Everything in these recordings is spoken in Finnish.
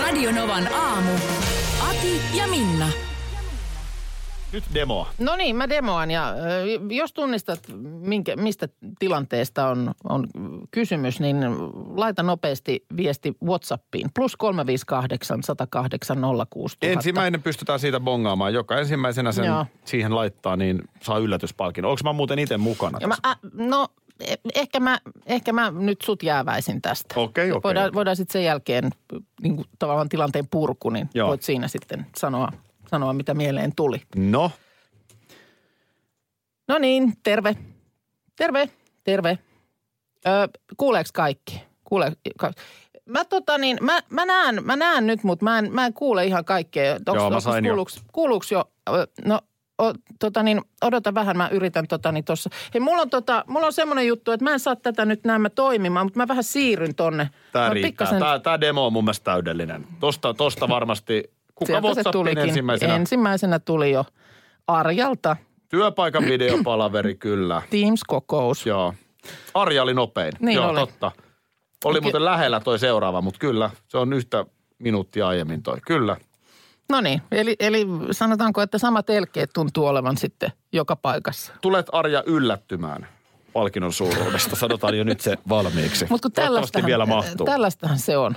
Radionovan aamu. Ati ja Minna. Nyt demoa. No niin, mä demoan ja ö, jos tunnistat, minkä, mistä tilanteesta on, on kysymys, niin laita nopeasti viesti Whatsappiin. Plus 358 108 06 000. Ensimmäinen pystytään siitä bongaamaan. Joka ensimmäisenä sen Joo. siihen laittaa, niin saa yllätyspalkin. Onko mä muuten itse mukana? Ja mä, tässä? äh, no e- ehkä mä, ehkä mä nyt sut jääväisin tästä. Okei, okei, Voidaan, okei. voidaan sitten sen jälkeen niin kuin, tavallaan tilanteen purku, niin Joo. Joo. voit siinä sitten sanoa, sanoa, mitä mieleen tuli. No, No niin, terve. Terve, terve. Öö, kuuleeks kaikki? Kuule, ka- mä tota niin, mä, mä näen, mä näen nyt, mutta mä en, mä en kuule ihan kaikkea. Onks, Joo, mä onks sain jo. kuuluuks, kuuluuks jo? Öö, No, o, tota niin, odota vähän, mä yritän tota niin tossa. Hei, mulla on tota, mulla on semmoinen juttu, että mä en saa tätä nyt näemmä toimimaan, mutta mä vähän siirryn tonne. tämä Mä riittää. pikkasen- Tää, tää demo on mun mielestä täydellinen. Tosta, tosta varmasti, kuka sieltä se WhatsAppin tulikin. ensimmäisenä? En... Ensimmäisenä tuli jo Arjalta Työpaikan videopalaveri, kyllä. Teams-kokous. Joo. Arja oli nopein. Niin Joo, oli. totta. Oli muuten lähellä toi seuraava, mutta kyllä, se on yhtä minuuttia aiemmin toi. Kyllä. No niin, eli, eli sanotaanko, että samat elkeet tuntuu olevan sitten joka paikassa. Tulet Arja yllättymään palkinnon suuruudesta. Sanotaan jo nyt se valmiiksi. Mutta Toivottavasti vielä mahtuu. tällaistähän se on.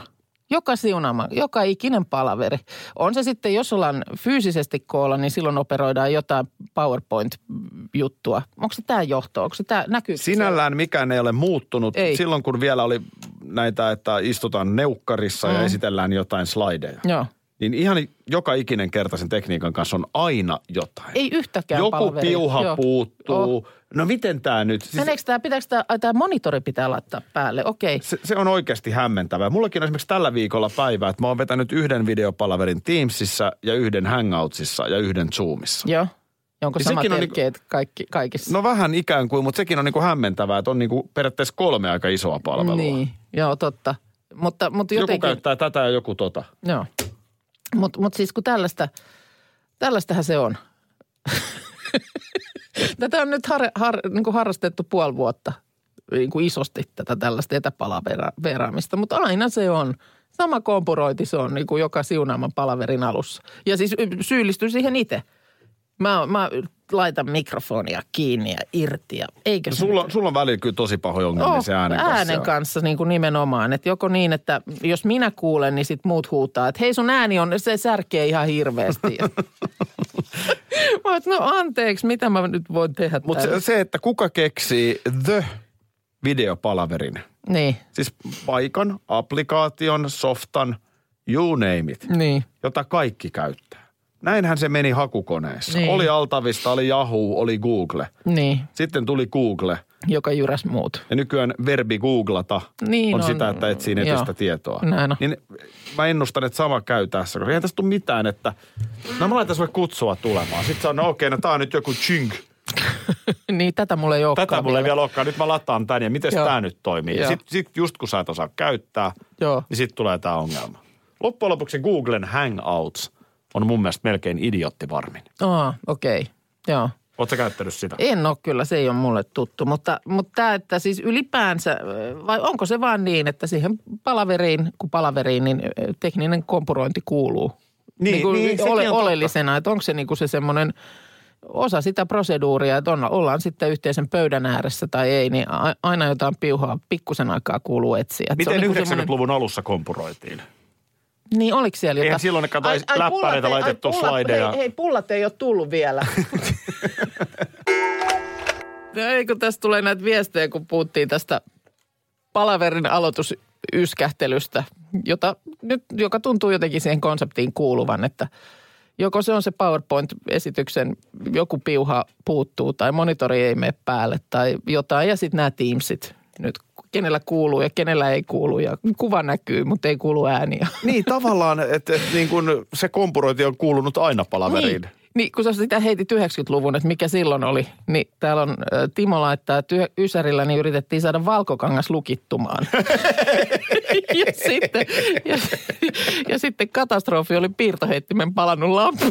Joka siunaama, joka ikinen palaveri. On se sitten, jos ollaan fyysisesti koolla, niin silloin operoidaan jotain PowerPoint-juttua. Onko se tämä johto? Onko se tämä näkyy? Sinällään mikään ei ole muuttunut. Ei. Silloin kun vielä oli näitä, että istutaan neukkarissa mm. ja esitellään jotain slideja. Joo. Niin ihan joka ikinen kerta sen tekniikan kanssa on aina jotain. Ei yhtäkään Joku Siis- palaveria. piuha Joo. puuttuu. Oh. No miten tämä nyt? Siis Meneekö tämä, pitääkö tämä, ai, tämä monitori pitää laittaa päälle? Okei. se, se on oikeasti hämmentävää. Mullakin on esimerkiksi tällä viikolla päivä, että mä oon vetänyt yhden videopalaverin Teamsissa ja yhden Hangoutsissa ja yhden Zoomissa. Joo. Onko Niin samat sekin on niinku- elkeet kaikki, kaikissa? No vähän ikään kuin, mutta sekin on niinku hämmentävää, että on niinku periaatteessa kolme aika isoa palvelua. Niin, joo totta. Mutta, mutta Joku jotenkin... käyttää tätä ja joku tota. Joo. Mutta mut siis kun tällaista, tällaistähän se on. tätä on nyt har, har, niin kuin harrastettu puoli vuotta niin kuin isosti tätä tällaista etäpalaveeraamista, mutta aina se on. Sama kompurointi se on niin kuin joka siunaaman palaverin alussa. Ja siis y- syyllistyy siihen itse. Mä, mä laitan mikrofonia kiinni ja irti ja eikö se Sulla, sulla on välillä kyllä tosi pahoja ongelmia Oh, se äänen kanssa. äänen kanssa niin kuin nimenomaan. Että joko niin, että jos minä kuulen, niin sit muut huutaa, että hei sun ääni on, se särkee ihan hirveästi. mä oon, että no anteeksi, mitä mä nyt voin tehdä Mutta se, tälle? se, että kuka keksii the videopalaverin, Niin, siis paikan, applikaation, softan, you name it, niin. jota kaikki käyttää. Näinhän se meni hakukoneessa. Niin. Oli Altavista, oli Yahoo, oli Google. Niin, Sitten tuli Google joka jyräs muut. ja nykyään verbi googlata Niin on, on. sitä, että etsii netistä Joo. tietoa. Näin on. Niin mä ennustan, että sama käy tässä, koska eihän tästä tule mitään, että no mä laitan sulle kutsua tulemaan. Sitten se on, no okei, no tää on nyt joku chink. niin, tätä mulla ei olekaan Tätä mulle ei vielä olekaan, nyt mä lataan tän ja miten Joo. tää nyt toimii. Ja Joo. sit, sit just kun sä et osaa käyttää, Joo. niin sit tulee tää ongelma. Loppujen lopuksi Googlen Hangouts on mun mielestä melkein idioottivarmin. Aa, okei. Okay. Joo. Oletko käyttänyt sitä? En ole kyllä, se ei ole mulle tuttu, mutta, mutta tämä, että siis ylipäänsä, ö, vai onko se vaan niin, että siihen palaveriin, kun palaveriin, niin ö, tekninen kompurointi kuuluu? Niin, kuin niin, sekin on ole, totta. oleellisena, että onko se niin kuin se semmoinen osa sitä proseduuria, että on, ollaan sitten yhteisen pöydän ääressä tai ei, niin a, aina jotain piuhaa pikkusen aikaa kuuluu etsiä. Että se Miten on niinku 90-luvun alussa kompuroitiin? semmoinen- Niin, oliko siellä Eihän jotain? silloin ne kato edes läppäreitä pullat ei- laitettu ai, pullat- slideja. Hei, hei, pullat ei ole tullut vielä. No ei, kun tässä tulee näitä viestejä, kun puhuttiin tästä palaverin aloitusyskähtelystä, jota nyt, joka tuntuu jotenkin siihen konseptiin kuuluvan, että joko se on se PowerPoint-esityksen joku piuha puuttuu tai monitori ei mene päälle tai jotain ja sitten nämä Teamsit nyt kenellä kuuluu ja kenellä ei kuulu. Ja kuva näkyy, mutta ei kuulu ääniä. Niin tavallaan, että et, niin kun se kompurointi on kuulunut aina palaveriin. Niin, niin, kun sä sitä heitit 90-luvun, että mikä silloin oli, niin täällä on ö, Timo laittaa, että yö- Ysärillä niin yritettiin saada valkokangas lukittumaan. ja, sitten, ja, ja sitten katastrofi oli piirtoheittimen palannut lampu.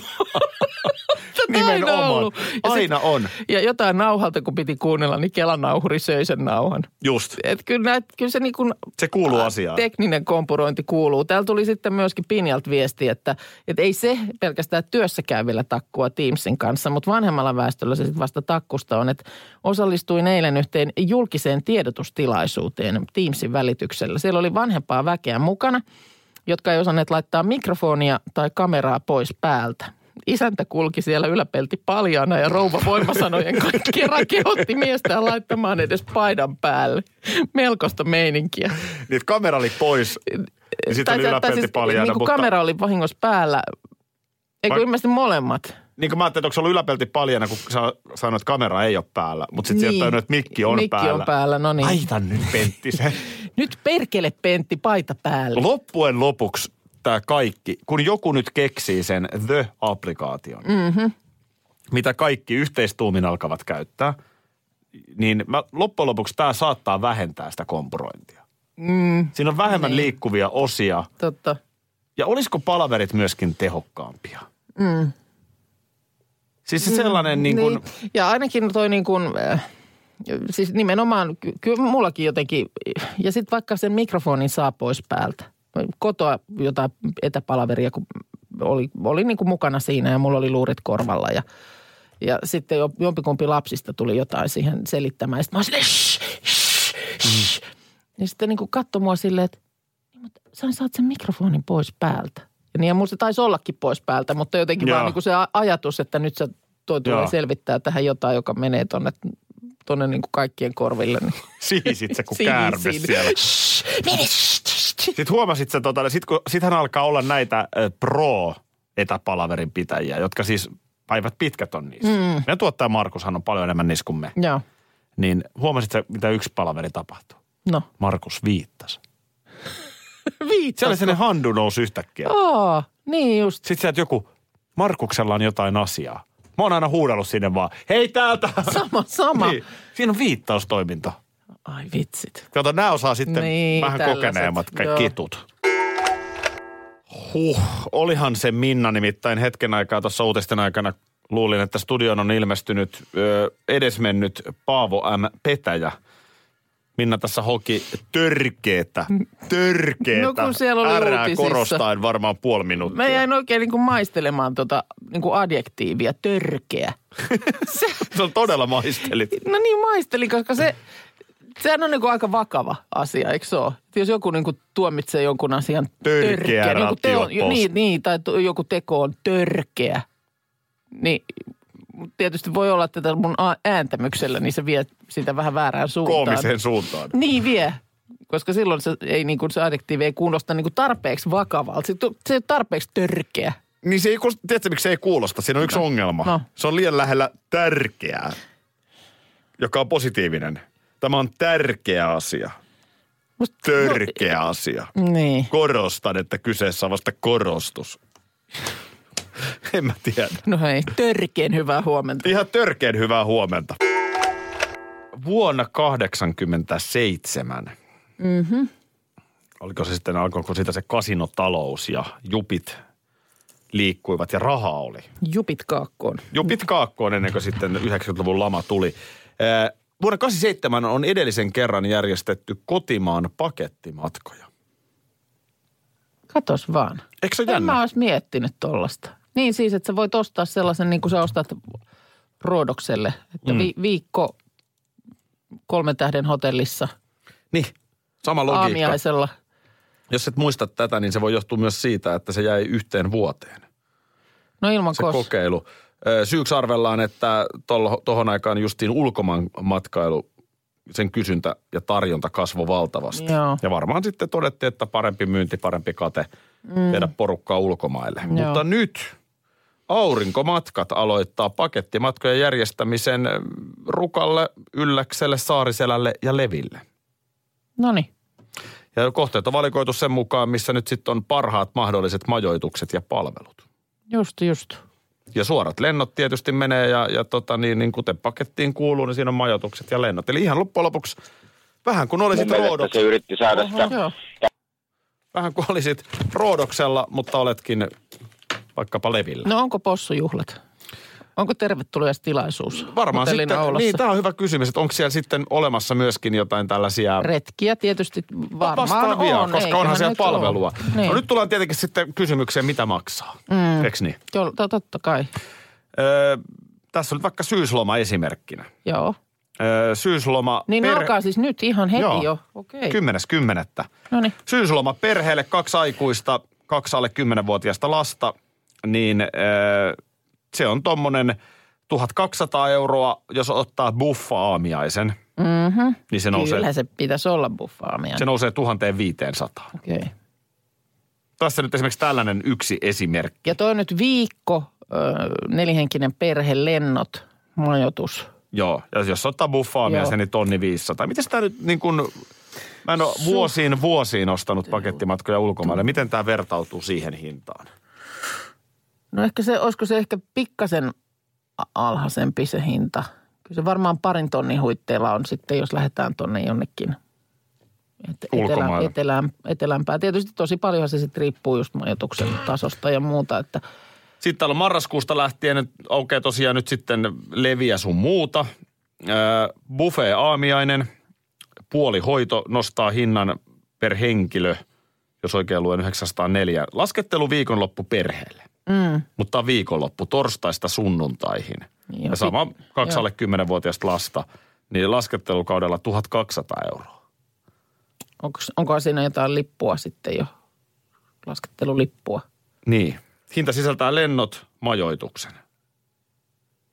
Nimenomaan. Ja, sit- Aina on. ja jotain nauhalta, kun piti kuunnella, niin Kelan nauhuri söi sen nauhan. Just. Et kyllä, näet, kyllä se niin kuin Se kuuluu asiaan. tekninen kompurointi kuuluu. Täällä tuli sitten myöskin Pinjalt viesti, että, että ei se pelkästään työssä käyvillä takkua Teamsin kanssa, mutta vanhemmalla väestöllä se sitten vasta takkusta on, että osallistuin eilen yhteen julkiseen tiedotustilaisuuteen Teamsin välityksellä. Siellä oli vanhempaa väkeä mukana, jotka ei osanneet laittaa mikrofonia tai kameraa pois päältä. Isäntä kulki siellä yläpelti paljana ja rouva voimasanojen kerran kehotti miestään laittamaan edes paidan päälle. Melkoista meininkiä Niin kamera oli pois, niin sitten oli yläpelti paljaana. niin kuin mutta, kamera oli vahingossa päällä. Eikö Vai- Vai... ilmeisesti molemmat? niin kuin mä ajattelin, että onko se ollut yläpelti paljana, kun sä sanoit, että kamera ei ole päällä. Mutta sitten niin. sieltä on, että mikki on mikki päällä. on päällä, no niin. Laita nyt Pentti se. Nyt perkele Pentti paita päälle. Loppujen lopuksi tämä kaikki, kun joku nyt keksii sen The-applikaation, mm-hmm. mitä kaikki yhteistuumin alkavat käyttää, niin mä, loppujen lopuksi tämä saattaa vähentää sitä kompurointia. Mm, Siinä on vähemmän niin. liikkuvia osia. Totta. Ja olisiko palaverit myöskin tehokkaampia? Mm. Siis se sellainen niin kuin... Niin. Ja ainakin toi niin kuin, äh, siis nimenomaan, ky- kyllä mullakin jotenkin, ja sitten vaikka sen mikrofonin saa pois päältä. Kotoa jotain etäpalaveria, kun oli, oli niin kuin mukana siinä ja mulla oli luurit korvalla ja, ja sitten jo- jompikumpi lapsista tuli jotain siihen selittämään. Ja sitten mä olin shh, shh, Mm. shh. Ja sitten niin kuin katsoi mua silleen, että niin, mutta sä saat sen mikrofonin pois päältä. Ja niin ja mulla se taisi ollakin pois päältä, mutta jotenkin Joo. Joo. vaan niin kuin se a- ajatus, että nyt sä toi tulee Joo. selvittää tähän jotain, joka menee tonne, tonne niin kuin kaikkien korville. Niin. Siisit se kuin Siinä, käärme siinä. siellä. Shh, mene, shh, shh, shh. Sitten huomasit sä, tota, sit kun, sithän alkaa olla näitä ö, pro-etäpalaverin pitäjiä, jotka siis päivät pitkät on niissä. Mm. Ja tuottaja Markushan on paljon enemmän niissä kuin me. Joo, Niin huomasit sä, mitä yksi palaveri tapahtuu? no. Markus viittasi. Viittas. Siellä oli sellainen handu nousi yhtäkkiä. Aa, niin just. Sitten sieltä joku, Markuksella on jotain asiaa. Mä oon aina huudellut sinne vaan, hei täältä! Sama, sama. Niin, siinä on viittaustoiminta. Ai vitsit. Kato, nämä osaa sitten niin, Niin, vähän tällaiset, kokeneemmat kaikki joo. kitut. Huh, olihan se Minna nimittäin hetken aikaa tuossa uutisten aikana. Luulin, että studioon on ilmestynyt ö, edesmennyt Paavo M. Petäjä. Minna tässä hoki törkeetä, törkeetä. No kun siellä oli Ärää uutisissa. korostaen varmaan puoli minuuttia. Mä jäin oikein niin kuin maistelemaan tota niin kuin adjektiivia, törkeä. Se on todella maistelit. No niin, maistelin, koska se, sehän on niin kuin aika vakava asia, eikö se ole? Jos joku niin kuin tuomitsee jonkun asian Törkeä niin joku teo, rattijuoppous. niin, niin, tai tu- joku teko on törkeä, niin mut tietysti voi olla, että tällä mun a- ääntämyksellä, niin se vie sitä vähän väärään suuntaan. Koomiseen suuntaan. Niin vie, koska silloin se, ei, niin kuin, se adjektiivi ei kuulosta niin kuin tarpeeksi vakavalta. Se, tu- se ei ole tarpeeksi törkeä. Niin se ei, kuulosta- tiedätkö miksi se ei kuulosta? Siinä on yksi ongelma. No. Se on liian lähellä tärkeää, joka on positiivinen. Tämä on tärkeä asia. Musta- Törkeä asia. Niin. Korostan, että kyseessä on vasta korostus. en mä tiedä. No hei, törkeen hyvää huomenta. Ihan törkeen hyvää huomenta. Vuonna 87. Mm-hmm. Oliko se sitten, alkoiko siitä se kasinotalous ja jupit liikkuivat ja rahaa oli? Jupit kaakkoon. Jupit kaakkoon ennen kuin sitten 90-luvun lama tuli. Ää, Vuonna 87 on edellisen kerran järjestetty kotimaan pakettimatkoja. Katos vaan. Eikö se ole En mä jännä? ois miettinyt tollasta. Niin siis, että sä voit ostaa sellaisen, niin kuin sä ostat Roodokselle, että Mm. vi- viikko kolmen tähden hotellissa Niin, sama logiikka. aamiaisella. Jos et muista tätä, niin se voi johtua myös siitä, että se jäi yhteen vuoteen. No ilman Se kos. kokeilu. Ö, Syyksi arvellaan, että tol- tohon aikaan justiin ulkomaan matkailu, sen kysyntä ja tarjonta kasvoi valtavasti. Joo. Ja varmaan sitten todettiin, että parempi myynti, parempi kate viedä porukkaa ulkomaille. Mm. Joo. Mutta nyt aurinkomatkat aloittaa pakettimatkojen järjestämisen ö, Rukalle, Ylläkselle, Saariselälle ja Leville. No niin. Ja kohteet on valikoitu sen mukaan, missä nyt sitten on parhaat mahdolliset majoitukset ja palvelut. Just, just. Ja suorat lennot tietysti menee ja, ja tota niin, niin kuten pakettiin kuuluu, niin siinä on majoitukset ja lennot. Eli ihan loppujen lopuksi vähän kun olisit, Mun mielestä se roodoks, yritti saada sitä Joo. vähän kun olisit roodoksella, mutta oletkin vaikkapa levillä. No onko possujuhlat? Onko tervetuliestilaisuus? Varmaan Hotellin sitten, aulassa? niin tämä on hyvä kysymys, että onko siellä sitten olemassa myöskin jotain tällaisia Retkiä tietysti varmaan vastaavia, on. No koska eiköhän onhan siellä nyt palvelua. ole. Niin. Niin. No nyt tullaan tietenkin sitten kysymykseen, mitä maksaa, mm. eikö niin? Joo, to- totta kai. Öö, tässä on nyt vaikka syysloma esimerkkinä. Joo. Öö, syysloma Niin per... perhe- alkaa siis nyt ihan heti Joo. Joo. jo. Okei. No niin. Kymmenes kymmenettä. Noniin. Syysloma perheelle, kaksi aikuista, kaksi alle 10-vuotiaista lasta, niin öö, se on tommonen 1200 euroa, jos ottaa buffa-aamiaisen, Mm-hmm. niin se nousee, Kyllä se pitäisi olla buffaamia. se nousee 1500. Okei. Okay. Tässä nyt esimerkiksi tällainen yksi esimerkki. Ja toi nyt viikko, ö, nelihenkinen perhe, lennot, majoitus. Joo, ja jos ottaa buffaamia, Joo. niin tonni 500. Miten tämä nyt niin kun, mä en ole vuosiin vuosiin ostanut pakettimatkoja ulkomaille. Miten tämä vertautuu siihen hintaan? No ehkä se, olisiko se ehkä pikkasen a- alhaisempi se hinta. Kyllä se varmaan parin tonnin huitteilla on sitten, jos lähdetään tonne jonnekin et- etelään, Ulkomaille. etelään, etelämpää. Tietysti tosi paljon se sitten riippuu just majoituksen tasosta ja muuta, että Sitten täällä on marraskuusta lähtien nyt aukeaa tosiaan nyt sitten leviä sun muuta. Öö, buffet aamiainen, puolihoito nostaa hinnan per henkilö, jos oikein luen 904. Laskettelu viikonloppu perheelle. mm, mutta viikonloppu torstaista sunnuntaihin. Niin ja on. sama kaksi Joo. alle 10-vuotiaista lasta, niin laskettelukaudella 1200 euroa. onko, onko siinä jotain lippua sitten jo, laskettelulippua? Niin. Hinta sisältää lennot, majoituksen.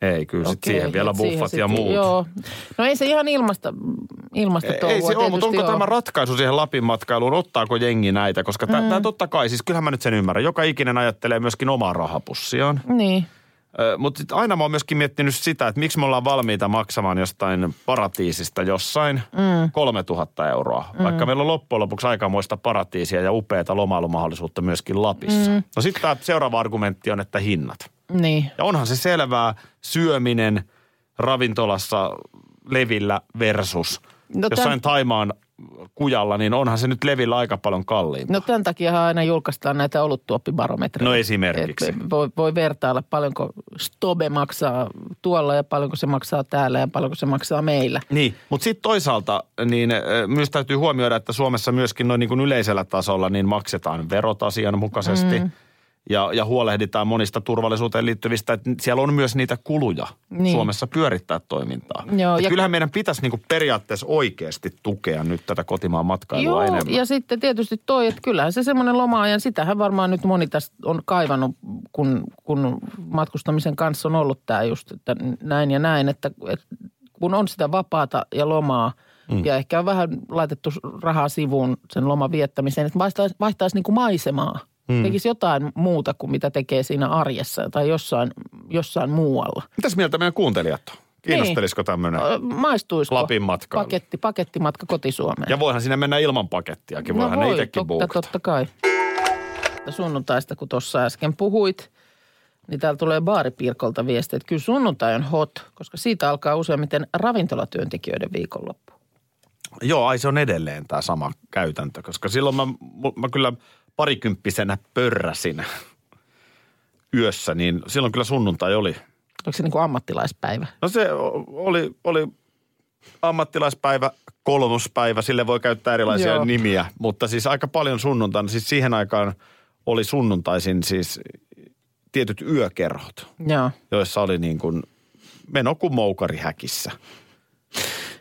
Ei, kyllä sit Okei, siihen vielä et siihen buffat ja sitten- muut. Joo. No ei se ihan ilmasta, ilmasta Ei, touhua ei se ole, mutta onko tietysti tämä ole. ratkaisu siihen Lapin matkailuun? Ottaako jengi näitä? Koska tämä totta kai, siis kyllähän mä nyt sen ymmärrän. Joka ikinen ajattelee myöskin omaa rahapussiaan. Niin, Mutta aina mä oon myöskin miettinyt sitä, että miksi me ollaan valmiita maksamaan jostain paratiisista jossain mm. 3000 euroa. Mm. Vaikka meillä on loppujen lopuksi aikamoista paratiisia ja upeata lomailumahdollisuutta myöskin Lapissa. Mm. No sitten tämä seuraava argumentti on, että hinnat. niin. Ja onhan se selvää syöminen ravintolassa levillä versus No no tän- jossain Taimaan kujalla, niin onhan se nyt levillä aika paljon kalliimpi. No tämän takia aina julkaistaan näitä oluttuoppibarometreja. No esimerkiksi. Et voi, voi vertailla, paljonko Stobe maksaa tuolla ja paljonko se maksaa täällä ja paljonko se maksaa meillä. Niin, mutta sitten toisaalta niin ö, myös täytyy huomioida, että Suomessa myöskin noin niin kuin yleisellä tasolla niin maksetaan verot asianmukaisesti mm. ja, ja huolehditaan monista turvallisuuteen liittyvistä. Et siellä on myös niitä kuluja niin. Niin. Suomessa pyörittää toimintaa. Joo, Et ja- Kyllähän meidän pitäisi niin kuin periaatteessa oikeasti tukea nyt tätä kotimaan matkailua enemmän. ja sitten tietysti toi, että kyllähän se semmoinen loma-ajan, sitähän varmaan nyt moni tästä on kaivannut, kun, kun matkustamisen kanssa on ollut tämä just, että näin ja näin, että, että kun on sitä vapaata ja lomaa, mm. ja ehkä on vähän laitettu rahaa sivuun sen loman viettämiseen, että vaihtaisi, vaihtaisi niin kuin maisemaa. Mm. Tekisi jotain muuta kuin mitä tekee siinä arjessa tai jossain, jossain muualla. Mitäs mieltä meidän kuuntelijat on? Niin. Kiinnostelisiko tämmöinen? Ö, Maistuisiko No. Lapin matkailu. paketti, pakettimatka koti-Suomeen? Ja voihan sinne mennä ilman pakettiakin, voihan ne itsekin No totta, buukata. totta kai. Sunnuntaista, kun tuossa äsken puhuit, niin täällä tulee baaripiirkolta viesti, että kyllä sunnuntai on hot, koska siitä alkaa useimmiten ravintolatyöntekijöiden viikonloppu. Joo, ai se on edelleen tämä sama käytäntö, koska silloin mä, mu- mä kyllä parikymppisenä pörräsin yössä, niin silloin kyllä sunnuntai oli. Oliko se niin kuin ammattilaispäivä? No se o- oli, oli ammattilaispäivä, kolmospäivä, sille voi käyttää erilaisia Joo. Joo. nimiä, mutta siis aika paljon sunnuntaina, siis siihen aikaan oli sunnuntaisin siis tietyt yökerhot, Joo. joissa oli niin kuin meno kuin moukari häkissä.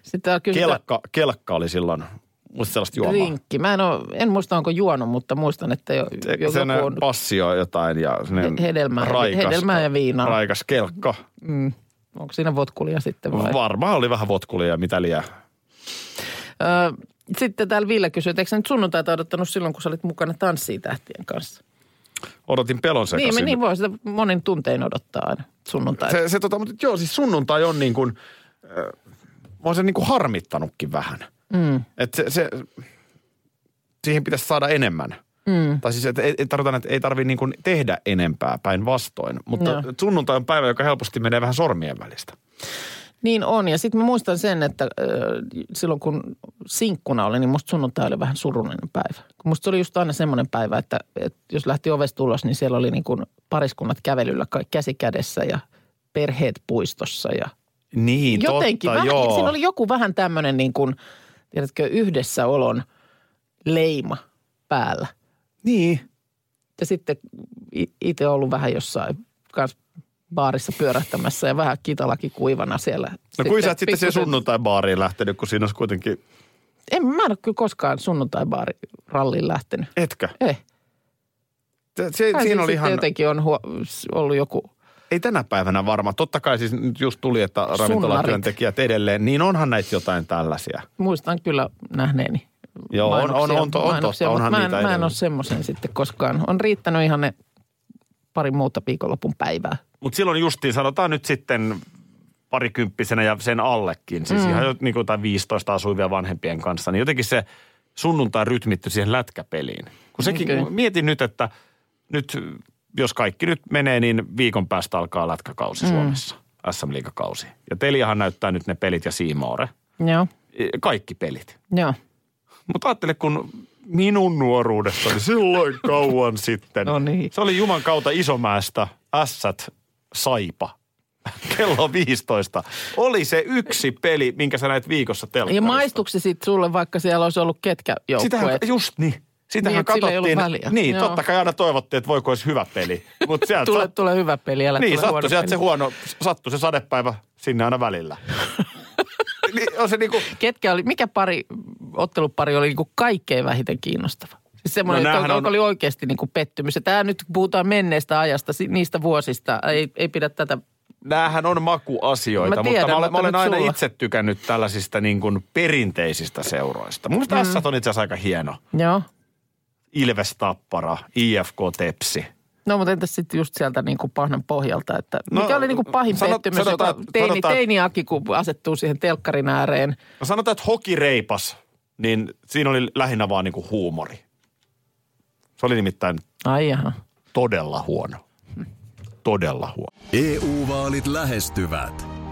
Sitten täällä kysytään Kelkka, kelkka oli silloin, musta sellaista juomaa. drinkki. Mä en, ole, en muista, onko juonut, mutta muistan, että jo, Se- jo sen joku on passio jotain ja semmoinen He- hedelmää- hedelmää ja viinaa. Raikas kelkka. Onko siinä votkulia sitten vai? Varmaan oli vähän votkulia ja mitä liian. Ö, sitten täällä Ville kysyy, että eikö sä nyt sunnuntaita odottanut silloin, kun sä olit mukana tanssii tähtien kanssa? Odotin pelon sekaisin. Niin, me- niin voi sitä monin tuntein odottaa aina sunnuntaita. se, se tota, mutta joo, siis sunnuntai on niin kuin, äh, mä oon sen niin kuin harmittanutkin vähän. Mm. Et se, se, siihen pitäisi saada enemmän. Mm. Tai siis, että ei, ei tarkoitan, että ei tarvitse niin kuin tehdä enempää päinvastoin, mutta Joo. sunnuntai on päivä, joka helposti menee vähän sormien välistä. Niin on, ja sitten mä muistan sen, että ö, silloin kun sinkkuna olin, niin musta sunnuntai oli vähän surullinen päivä. Kun musta se oli just aina semmoinen päivä, että, että jos lähti ovesta ulos, niin siellä oli niin kuin pariskunnat kävelyllä ka- käsi kädessä ja perheet puistossa ja Niin, jotenkin. totta, vähän, joo. No Siinä oli joku vähän tämmöinen niin kuin, tiedätkö, yhdessäolon leima päällä. Niin. Ja sitten itse ollut vähän jossain kans baarissa pyörähtämässä ja vähän kitalaki kuivana siellä. No kuin sä et sitten siihen pikkusen- sunnuntai-baariin lähtenyt, kun siinä olisi kuitenkin... En mä en ole kyllä koskaan sunnuntai-baari ralliin lähtenyt. Etkö? Eh. Se, se, Kai siinä siinä oli ihan... siis jotenkin on huo- ollut joku. Ei tänä päivänä varmaan. Totta kai siis nyt just tuli, että ravintolatyöntekijät edelleen, niin onhan näitä jotain tällaisia. Muistan kyllä nähneeni. Joo, on, on, on, mainoksia, on, to- on mainoksia, totta, mutta onhan mä en, niitä mä en edelleen. ole semmoisen sitten koskaan. On riittänyt ihan ne pari muuta viikonlopun päivää. Mutta silloin justiin sanotaan nyt sitten parikymppisenä ja sen allekin, siis mm. ihan jo niin kuin tai 15 asuvia vanhempien kanssa, niin jotenkin se sunnuntai rytmitty siihen lätkäpeliin. Kun sekin, Okei. okay. mietin nyt, että nyt jos kaikki nyt menee, niin viikon päästä alkaa lätkäkausi mm. Suomessa, SM-liigakausi. Ja Teliahan näyttää nyt ne pelit ja Siimaore, Joo, E, kaikki pelit. joo. Mutta ajattele, kun minun nuoruudestani silloin kauan sitten. No niin. Se oli Juman kautta Isomäestä, ässät, saipa. Kello 15. Oli se yksi peli, minkä sä näet viikossa Ja telkkarista. maistuksi sitten sulle, vaikka siellä olisi ollut ketkä Sitähän, joukkueet. just niin. Sitähän Niin, että sillä ei ollut katsottiin. väliä. Niin, Joo. totta kai aina toivottiin, että voiko olisi hyvä peli. Mut sieltä Tule, sat- tule hyvä peli, älä niin, tule sattui huono sieltä peli. se huono, sattui se sadepäivä sinne aina välillä. niin, on se niinku, Ketkä oli, mikä pari, ottelupari oli niin kuin kaikkein vähiten kiinnostava? Siis semmoinen, No no, että näähän onko, on- onko oli oikeasti niin kuin pettymys. Ja Tämä nyt puhutaan menneestä ajasta, si- niistä vuosista. Ei, ei pidä tätä. Näähän on makuasioita, Mä tiedän, mutta mä tiedän, olen, mutta mä olen nyt aina sulla. itse tykännyt tällaisista niin kuin perinteisistä seuroista. Mun mielestä mm. on itse asiassa aika hieno. Joo. Ilves Tappara, IFK Tepsi. No mutta entäs sitten just sieltä niin kuin pahnan pohjalta, että No, mikä oli niin kuin pahin sano- sano, pettymys, sanotaan- joka teini, sanotaan- teiniaki, kun asettuu siihen telkkarin ääreen. No sanotaan, että hokireipas, niin siinä oli lähinnä vaan niin kuin huumori. Se oli nimittäin Ai jaha. todella huono. Todella huono. EU-vaalit E lähestyvät.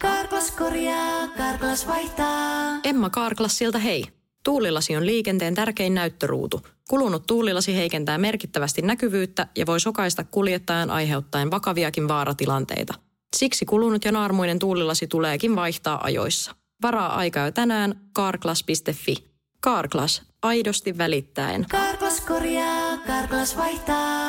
Karklas korjaa, Karklas vaihtaa. Emma Karklas siltä hei. Tuulilasi on liikenteen tärkein näyttöruutu. Kulunut tuulilasi heikentää merkittävästi näkyvyyttä ja voi sokaista kuljettajan aiheuttaen vakaviakin vaaratilanteita. Siksi kulunut ja naarmuinen tuulilasi tuleekin vaihtaa ajoissa. Varaa aikaa jo tänään karklas.fi. Karklas, aidosti välittäen. Karklas korjaa, Karklas vaihtaa.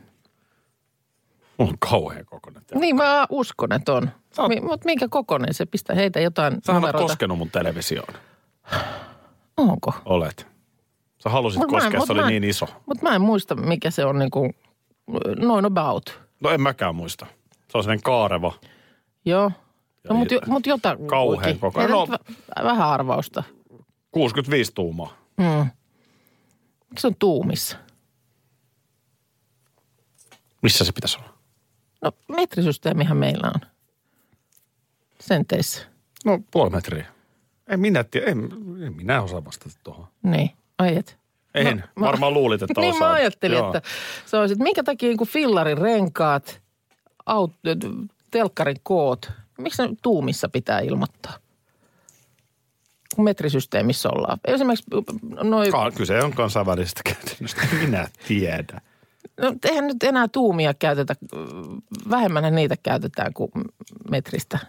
On kauhean kokoinen. Niin, Niin mä uskon, että on. oot- Mi- Mutta minkä kokoinen se? Pistä heitä jotain Sähän oot numeroita. koskenut mun televisioon. Onko? Olet. Sä halusit koskea, se oli niin iso. Mutta mä en muista, mikä se on niinku, noin about. No en mäkään muista. Se on sellainen kaareva. Joo. No, mut, Ja- jo, mut jotain. Kauhean kuitenkin. koko ajan. Heitä No. nyt vä- vähän arvausta. 65 tuumaa. Miksi se on tuumissa? Missä se pitäisi olla? No metrisysteemihän meillä on. Senteissä. No puoli metriä. En minä tiedä, en, en minä osaa vastata tuohon. Niin. Ai et. En, mä- varmaan luulit, että niin osaat. mä ajattelin, Joo. että se olisi, että minkä takia niin fillarin renkaat, aut, telkkarin koot, miksi ne tuumissa pitää ilmoittaa? kun metrisysteemissä ollaan. Esimerkiksi noin, Ka- Kyse on kansainvälisestä käytännöstä. Minä tiedän. no, eihän nyt enää tuumia käytetä, vähemmän niitä käytetään kuin metristä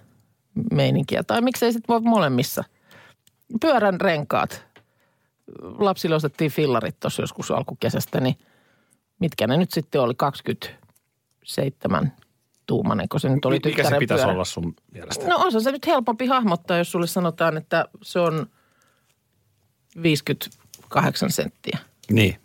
meininkiä. Tai miksei sitten voi molemmissa. Pyörän renkaat. Lapsille ostettiin fillarit tuossa joskus alkukesästä, niin mitkä ne nyt sitten oli, 27 tuumanen, kun se nyt oli Mikä se tyttären pitäisi pyörä. olla sun mielestä? No on se nyt helpompi hahmottaa, jos sulle sanotaan, että se on 58 senttiä. Niin.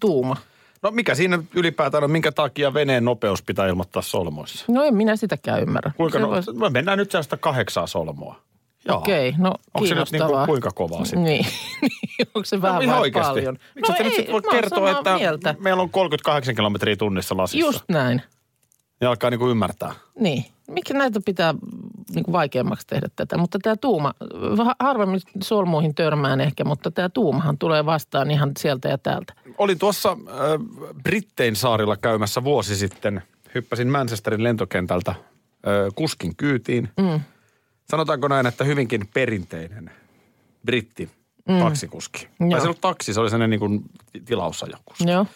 Tuuma. No mikä siinä ylipäätään on, minkä takia veneen nopeus pitää ilmoittaa solmoissa? No en minä sitäkään ymmärrä. Kuinka Se no, vois- me mennään nyt sellaista kahdeksaa solmoa. Joo. Okei, no Onko se nyt niinku kiinnostavaa. kuinka kovaa sitten? Niin, niin, onko se vähän no, ihan vai oikeasti. paljon? Miksi no nyt sit voi mä oon kertoa, samaa että Mieltä. meillä on 38 kilometriä tunnissa lasissa? Just näin, Ne alkaa niinku ymmärtää. niin. Miksi näitä pitää niin kuin vaikeammaksi tehdä tätä? Mutta tämä tuuma, ha- harvemmin solmuihin törmään ehkä, mutta tämä tuumahan tulee vastaan ihan sieltä ja täältä. Olin tuossa äh, Brittein saarilla käymässä vuosi sitten. Hyppäsin Manchesterin lentokentältä äh, kuskin kyytiin. Mm. Sanotaanko näin, että hyvinkin perinteinen britti mm. taksikuski. Joo. Tai Joo. se ei ollut taksi, se oli sellainen niin kuin tilausajakuski. Joo,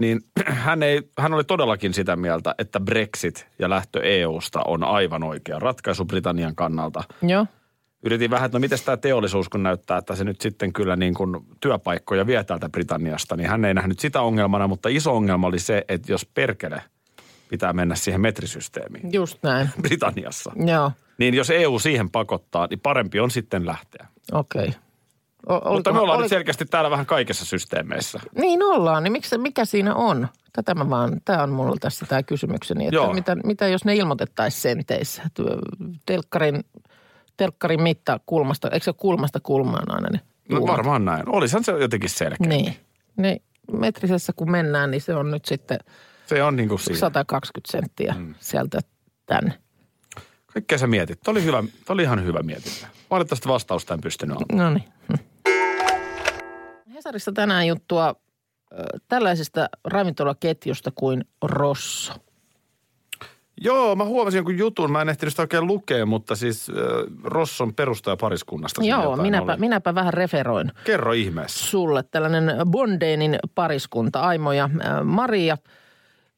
Niin hän, ei, hän oli todellakin sitä mieltä, että Brexit ja lähtö EUsta on aivan oikea ratkaisu Britannian kannalta. joo. Yritin vähän, että no miten tämä teollisuus, kun näyttää, että se nyt sitten kyllä niin kuin työpaikkoja vie täältä Britanniasta, niin hän ei nähnyt sitä ongelmana, mutta iso ongelma oli se, että jos perkele pitää mennä siihen metrisysteemiin Just näin, Britanniassa, joo. niin jos EU siihen pakottaa, niin parempi on sitten lähteä. Okei. O- mutta me olikohan- ollaan oli- nyt selkeästi täällä vähän kaikissa systeemeissä. Niin ollaan, niin miksi, mikä siinä on? Tätä mä vaan, tämä on mulla tässä tämä kysymykseni, Joo. että mitä, mitä, jos ne ilmoitettaisiin senteissä? Että Telkkarin, telkkarin mittakulmasta, eikö se ole kulmasta kulmaan aina ne? No tuumat? varmaan näin. Olisihan se jotenkin selkeä. Niin. niin. Metrisessä kun mennään, niin se on nyt sitten Se on niin kuin siinä. 120 senttiä mm. sieltä tänne. Kaikkea sä mietit. Tämä oli, hyvä, tää oli ihan hyvä mietintä. Valitettavasti vastausta en pystynyt antamaan. No niin. Hesarissa tänään juttua ö, tällaisesta ravintolaketjusta kuin Rosso. Joo, mä huomasin jonkun jutun. Mä en ehtinyt sitä oikein lukea, mutta siis äh, Rosson perustajapariskunnasta. siinä Joo, jotain minäpä, oli. minäpä vähän referoin Kerro ihmeessä. sulle tällainen Bondeinin pariskunta, Aimo ja äh, Maria.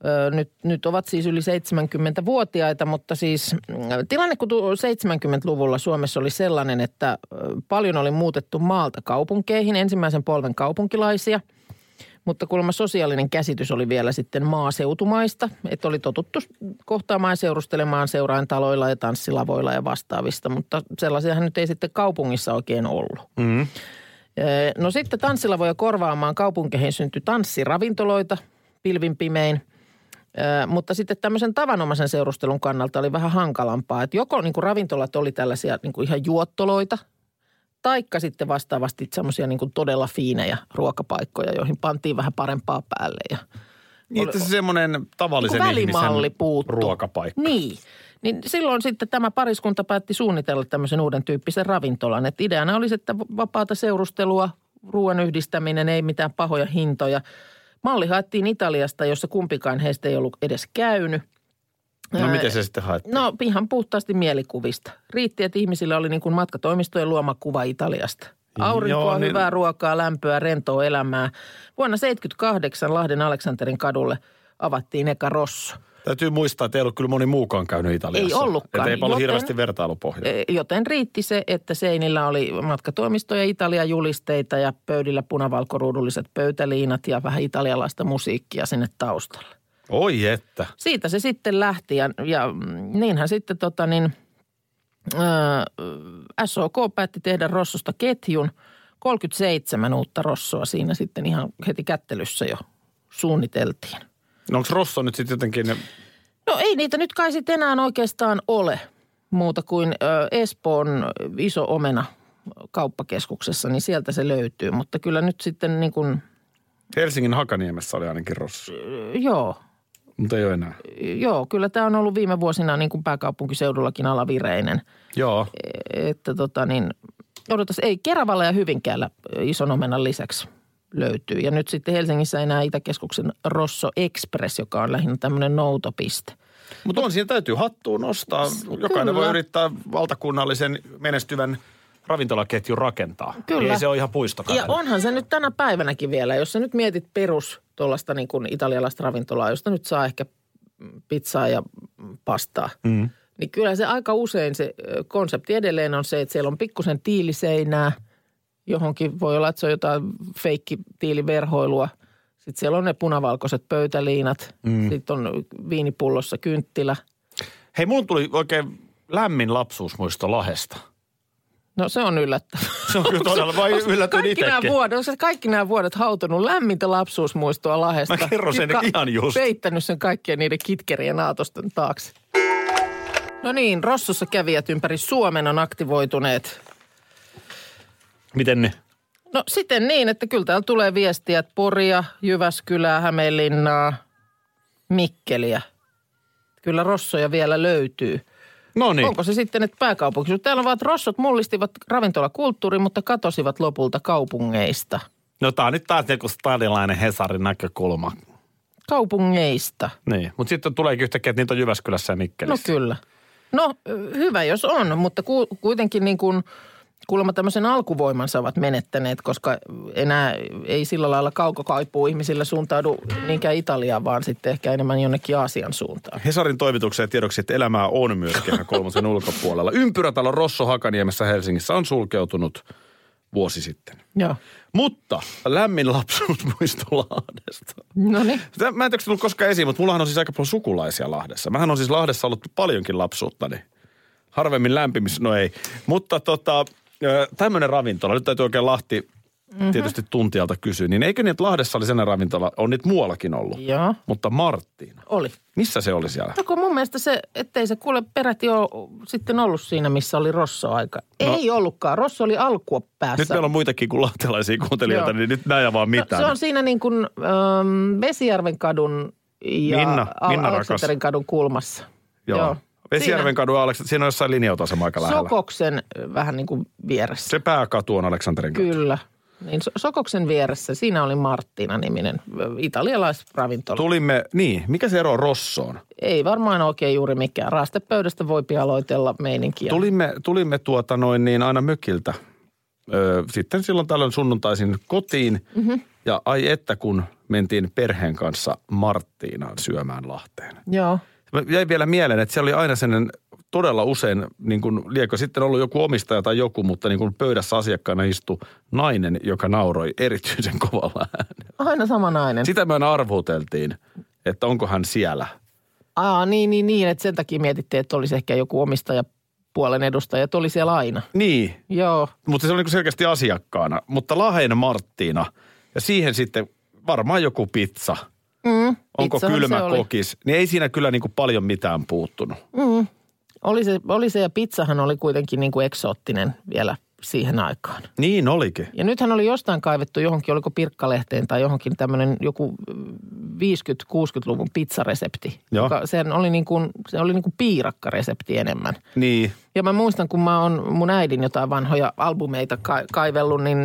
Ö, Nyt, nyt ovat siis yli 70-vuotiaita, mutta siis mm, tilanne kun tu- 70-luvulla Suomessa oli sellainen, että ö, paljon oli muutettu maalta kaupunkeihin, ensimmäisen polven kaupunkilaisia. Mutta kuulemma sosiaalinen käsitys oli vielä sitten maaseutumaista, että oli totuttu kohtaamaan ja seurustelemaan seurain taloilla ja tanssilavoilla ja vastaavista, mutta sellaisiahan nyt ei sitten kaupungissa oikein ollut. Mm-hmm. Ee, No sitten tanssilavoja korvaamaan kaupunkeihin syntyi tanssiravintoloita pilvin pimein. Ee, Mutta sitten tämmöisen tavanomaisen seurustelun kannalta oli vähän hankalampaa. Että joko niin kuin ravintolat oli tällaisia niin kuin ihan juottoloita, taikka sitten vastaavasti semmoisia niin kuin todella fiinejä ruokapaikkoja, joihin pantiin vähän parempaa päälle ja – Niin, että se semmoinen tavallisen Kun välimalli ihmisen puuttu. ruokapaikka. Niin. Niin silloin sitten tämä pariskunta päätti suunnitella tämmöisen uuden tyyppisen ravintolan. Et ideana olisi, että vapaata seurustelua, ruoan yhdistäminen, ei mitään pahoja hintoja. Malli haettiin Italiasta, jossa kumpikaan heistä ei ollut edes käynyt. No Ää, miten se sitten haettiin? No ihan puhtaasti mielikuvista. Riitti, että ihmisillä oli niin kuin matkatoimistojen luoma kuva Italiasta. Aurinkoa, Joo, Joo, niin- niin... hyvää ruokaa, lämpöä, rentoa elämää. Vuonna 78 Lahden Aleksanterin kadulle avattiin eka Rosso. Täytyy muistaa, että ei ollut kyllä moni muukaan käynyt Italiassa. Ei ollutkaan, niin Että ei paljon joten- hirveästi vertailupohjaa. Eh, Joten riitti se, että seinillä oli matkatoimistoja, Italian julisteita ja pöydillä punavalkoruudulliset pöytäliinat ja vähän italialaista musiikkia sinne taustalle. Oi että. Siitä se sitten lähti ja, ja mm, niinhän sitten tota niin, äh, ää, SOK päätti tehdä Rossosta ketjun. 37 uutta Rossoa siinä sitten ihan heti kättelyssä jo suunniteltiin. No onko Rosso nyt sitten jotenkin... ne- No ei niitä nyt kai sitten enää oikeastaan ole muuta kuin ö, Espoon iso omena kauppakeskuksessa, niin sieltä se löytyy. Mutta kyllä nyt sitten niin kuin, Helsingin Hakaniemessä oli ainakin Rosso, ö, joo, mutta ei ole enää. joo, kyllä tämä on ollut viime vuosina niin kuin pääkaupunkiseudullakin alavireinen. Joo. E- Että tota niin, odotas, ei Keravalla ja Hyvinkäällä ö, ison omenan lisäksi löytyy. Ja nyt sitten Helsingissä enää Itäkeskuksen Rosso Express, joka on lähinnä tämmöinen noutopiste. Mutta on siinä täytyy hattuun nostaa. Jokainen kyllä. voi yrittää valtakunnallisen menestyvän ravintolaketju rakentaa. Kyllä. Ei se ole ihan puistokaan. Ja onhan se nyt tänä päivänäkin vielä, jos sä nyt mietit perus tuollaista niin kuin italialaista ravintolaa, josta nyt saa ehkä pizzaa ja pastaa. Mm. Niin kyllä se aika usein se ö, konsepti edelleen on se, että siellä on pikkusen tiiliseinää, johonkin voi olla, että se on jotain feikki tiiliverhoilua. Sitten siellä on ne punavalkoiset pöytäliinat, mm. sitten on viinipullossa kynttilä. Hei, mulla tuli oikein lämmin lapsuusmuisto Lahesta. No se on yllättävää. Se on kyllä todella, vai yllätyin kaikki nämä, itsekin. vuodet, onko sä kaikki nämä vuodet hautunut lämmintä lapsuusmuistoa Lahesta? Mä kerron sen Joka ihan just. Peittänyt sen kaikkien niiden kitkerien aatosten taakse. No niin, Rossussa kävijät ympäri Suomen on aktivoituneet. Miten niin? ne? No sitten niin, että kyllä täällä tulee viestiä, että Poria, Jyväskylää, Hämeenlinnaa, Mikkeliä. Kyllä Rossoja vielä löytyy. No niin. Onko se sitten, että pääkaupunki? Täällä ovat rossot mullistivat ravintolakulttuurin, mutta katosivat lopulta kaupungeista. No tää on nyt taas joku stadilainen Hesarin näkökulma. Kaupungeista. Niin, mutta sitten tuleekin yhtäkkiä, että niitä on Jyväskylässä ja Mikkelissä. No kyllä. No hyvä jos on, mutta ku, kuitenkin niin kuin kuulemma tämmöisen alkuvoimansa ovat menettäneet, koska enää ei sillä lailla kaukokaipuu ihmisillä suuntaudu niinkään Italiaan, vaan sitten ehkä enemmän jonnekin Aasian suuntaan. Hesarin toimitukseen tiedoksi, että elämää on myös kehän kolmosen ulkopuolella. Ympyrätalo Rosso Hakaniemessä Helsingissä on sulkeutunut vuosi sitten. Joo. Mutta lämmin lapsuus muistu Lahdesta. No niin. Sitä, mä en tiedä, onko se tullut koskaan esiin, mutta mullahan on siis aika paljon sukulaisia Lahdessa. Mähän on siis Lahdessa ollut paljonkin lapsuuttani. Harvemmin lämpimissä, no ei. Mutta tota, tämmöinen ravintola, nyt täytyy oikein Lahti Mhm. tietysti tuntijalta kysyä, niin eikö niin, että Lahdessa oli sen ravintola, on niitä muuallakin ollut. Joo. Mutta Marttiina, Oli. missä se oli siellä? No kun mun mielestä se, ettei se kuule peräti ole sitten ollut siinä, missä oli Rosso aika. No. Ei ollutkaan. Rosso oli alkua päässä. Nyt meillä on muitakin kuin lahtelaisia kuuntelijoita, Joo. niin nyt näin vaan mitään. No, se on siinä niin kuin ähm, Vesijärven kadun ja Minna, Al- Minna rakas. Aleksanterin kadun kulmassa. Joo. Vesijärven kadun Aleks- siinä on jossain linja-autoasema aika lähellä. lähellä. Sokoksen äh, vähän niin kuin vieressä. Se pääkatu on Aleksanterin katu. Kyllä. Niin so- Sokoksen vieressä, siinä oli Marttina-niminen äh, italialaisravintola. Tu- Tulimme, niin, mikä se ero on Rossoon? Ei varmaan oikein juuri mikään. Raastepöydästä voi aloitella meininkiä. Tulimme, tulimme tuota noin niin aina mökiltä. Öö, sitten silloin tällöin sunnuntaisin kotiin. Mm-hmm. Ja ai että kun mentiin perheen kanssa Marttiinaan syömään Lahteen. Joo. Mä jäi vielä mieleen, että siellä oli aina sellainen todella usein, niin kuin, liekö sitten ollut joku omistaja tai joku, mutta niin kuin pöydässä asiakkaana istui nainen, joka nauroi erityisen kovalla äänellä. Aina samanainen. Sit- Sitä me aina arvuteltiin, että onko hän siellä. Aa, niin, niin, niin, että sen takia mietittiin, että olisi ehkä joku omistajapuolen edustaja, että oli siellä aina. Niin, Joo. mutta se on niin selkeästi asiakkaana. Mutta Lahden Marttiina ja siihen sitten varmaan joku pizza. Mm, Onko pizzahan kylmä se oli. kokis? Niin ei siinä kyllä niin kuin paljon mitään puuttunut. Oli se, oli se ja pizzahan oli kuitenkin niin kuin eksoottinen vielä siihen aikaan. Niin olikin. Ja nythän oli jostain kaivettu johonkin, oliko Pirkkalehteen tai johonkin tämmöinen joku ö, 50-60-luvun pizzaresepti. Joo. Joka, sehän oli niin kuin, se oli niin kuin piirakkaresepti enemmän. Niin. Ja mä muistan, kun mä oon mun äidin jotain vanhoja albumeita ka- kaivellut, niin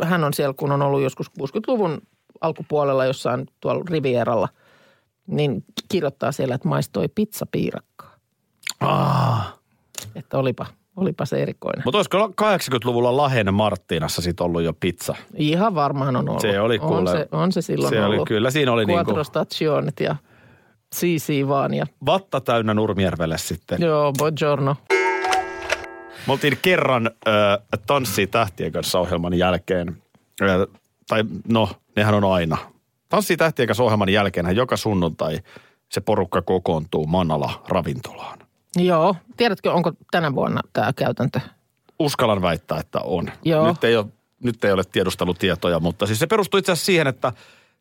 ö, hän on siellä, kun on ollut joskus 60-luvun alkupuolella jossain tuolla Rivieralla, niin kirjoittaa siellä, että maistoi pizzapiirakkaa. Ah. Että olipa, olipa se erikoinen. Mutta olisiko 80-luvulla Lahden Marttiinassa sitten ollut jo pizza? Ihan varmaan on ollut. Se oli on kuule- se, on se silloin se oli ollut. kyllä, siinä oli niinku- Quattro stationet ja CC vaan ja Vatta täynnä Nurmijärvelle sitten. joo, buongiorno. Me oltiin kerran ö, Tanssii tähtien kanssa ohjelman jälkeen, ö, tai no, nehän on aina. Tanssii tähtien kanssa ohjelman jälkeen joka sunnuntai se porukka kokoontuu Manala ravintolaan. Joo, tiedätkö, onko tänä vuonna tämä käytäntö? Uskallan väittää, että on. Joo. Nyt, ei ole, nyt ei ole tiedustelutietoja, mutta siis se perustuu itse asiassa siihen, että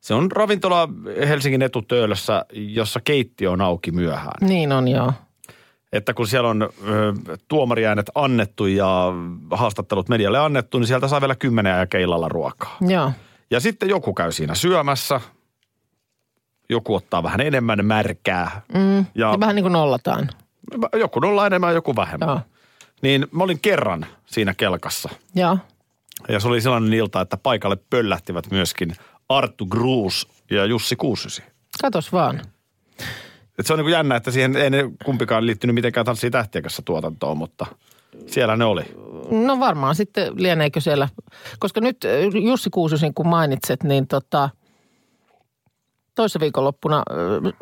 se on ravintola Helsingin etutöölössä, jossa keittiö on auki myöhään. Niin on, joo. että kun siellä on ö, tuomariäänet annettu ja haastattelut medialle annettu, niin sieltä saa vielä kymmenen aikaa illalla ruokaa. Joo, Ja sitten joku käy siinä syömässä, joku ottaa vähän enemmän märkää mm, ja, ja vähän niin kuin nollataan. joku nolla enemmän ja joku vähemmän. Joo, Niin mä olin kerran siinä kelkassa joo. ja se oli sellainen ilta, että paikalle pöllähtivät myöskin Arttu Gruus ja Jussi Kuusysi. katos vaan. niinku Et se on niin jännä, että siihen ei ne kumpikaan liittynyt mitenkään Tanssii tähtien kanssa tuotantoon, mutta – Siellä ne oli. No varmaan sitten lieneekö siellä, koska nyt ö, Jussi Kuususin kun mainitset, niin tota, toissa viikonloppuna ö,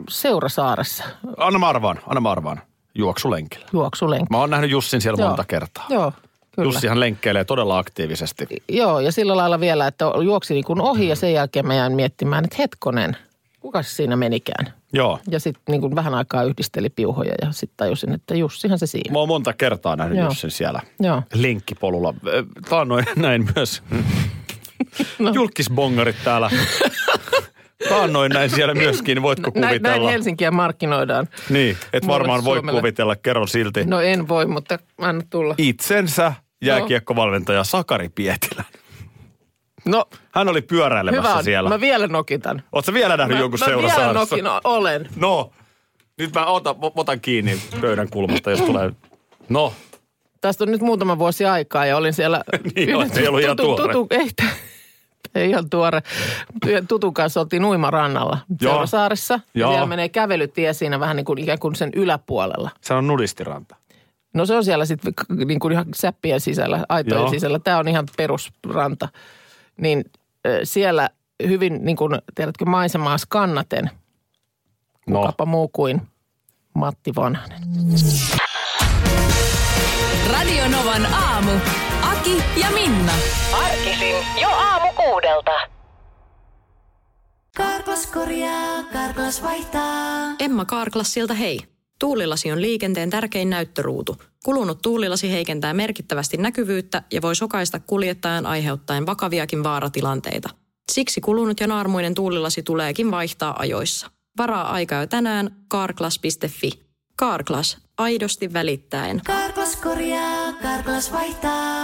Seurasaaressa Anna mä arvaan, anna mä arvaan. Juoksulenkillä. juoksulenkki. Mä oon nähnyt Jussin siellä Joo. monta kertaa. Joo, kyllä. Jussihan lenkkeilee todella aktiivisesti. Joo, ja sillä lailla vielä, että juoksi niin kuin ohi ja sen jälkeen mä jäin miettimään, että hetkonen, kuka siinä menikään? Joo. Ja sitten niin kuin vähän aikaa yhdisteli piuhoja ja sitten tajusin, että Jussihan se siinä. Mä oon monta kertaa nähnyt Joo. Jussin siellä Joo. lenkkipolulla. Tää on noin, näin myös. No. Julkisbongarit täällä. Tää on noin näin siellä myöskin, voitko Näin, näin kuvitella? Helsinkiä markkinoidaan. niin, et varmaan Mulle voi Suomelle. kuvitella, kerron silti. No en voi, mutta anna tulla. Itsensä jääkiekkovalmentaja Sakari Pietilä. No, Hän oli pyöräilemässä hyvä on. siellä. Mä vielä nokitan. Oletko vielä nähnyt Mä, jonkun mä vielä seurasaaressa? nokin olen. No, nyt mä otan, mä otan kiinni pöydän kulmasta, jos tulee. No, Tästä on nyt muutama vuosi aikaa ja olin siellä... Niin on, ei ollut ihan tuore. Tutu, ei, t- ei ihan tuore. Yhden Tutun kanssa oltiin uimarannalla Joo. Seurasaaressa. Ja Joo. siellä menee kävelytie siinä vähän niin kuin ikään kuin sen yläpuolella. se on nudistiranta. No se on siellä sitten niin kuin ihan säppien sisällä, aitojen Joo. sisällä. Tämä on ihan perusranta. Niin ö, siellä hyvin, niin kuin, tiedätkö, maisemaa skannaten. No, Kukapa muu kuin Matti Vanhanen. Radio Novan aamu. Aki ja Minna. Arkisin jo aamu kuudelta. Karklas korjaa, Karklas vaihtaa. Emma Kaarklas siltä hei. Tuulilasi on liikenteen tärkein näyttöruutu. Kulunut tuulilasi heikentää merkittävästi näkyvyyttä ja voi sokaista kuljettajan aiheuttaen vakaviakin vaaratilanteita. Siksi kulunut ja naarmuinen tuulilasi tuleekin vaihtaa ajoissa. Varaa aika jo tänään karklas.fi. Karklas, aidosti välittäen. Karklas korjaa, Karklas vaihtaa.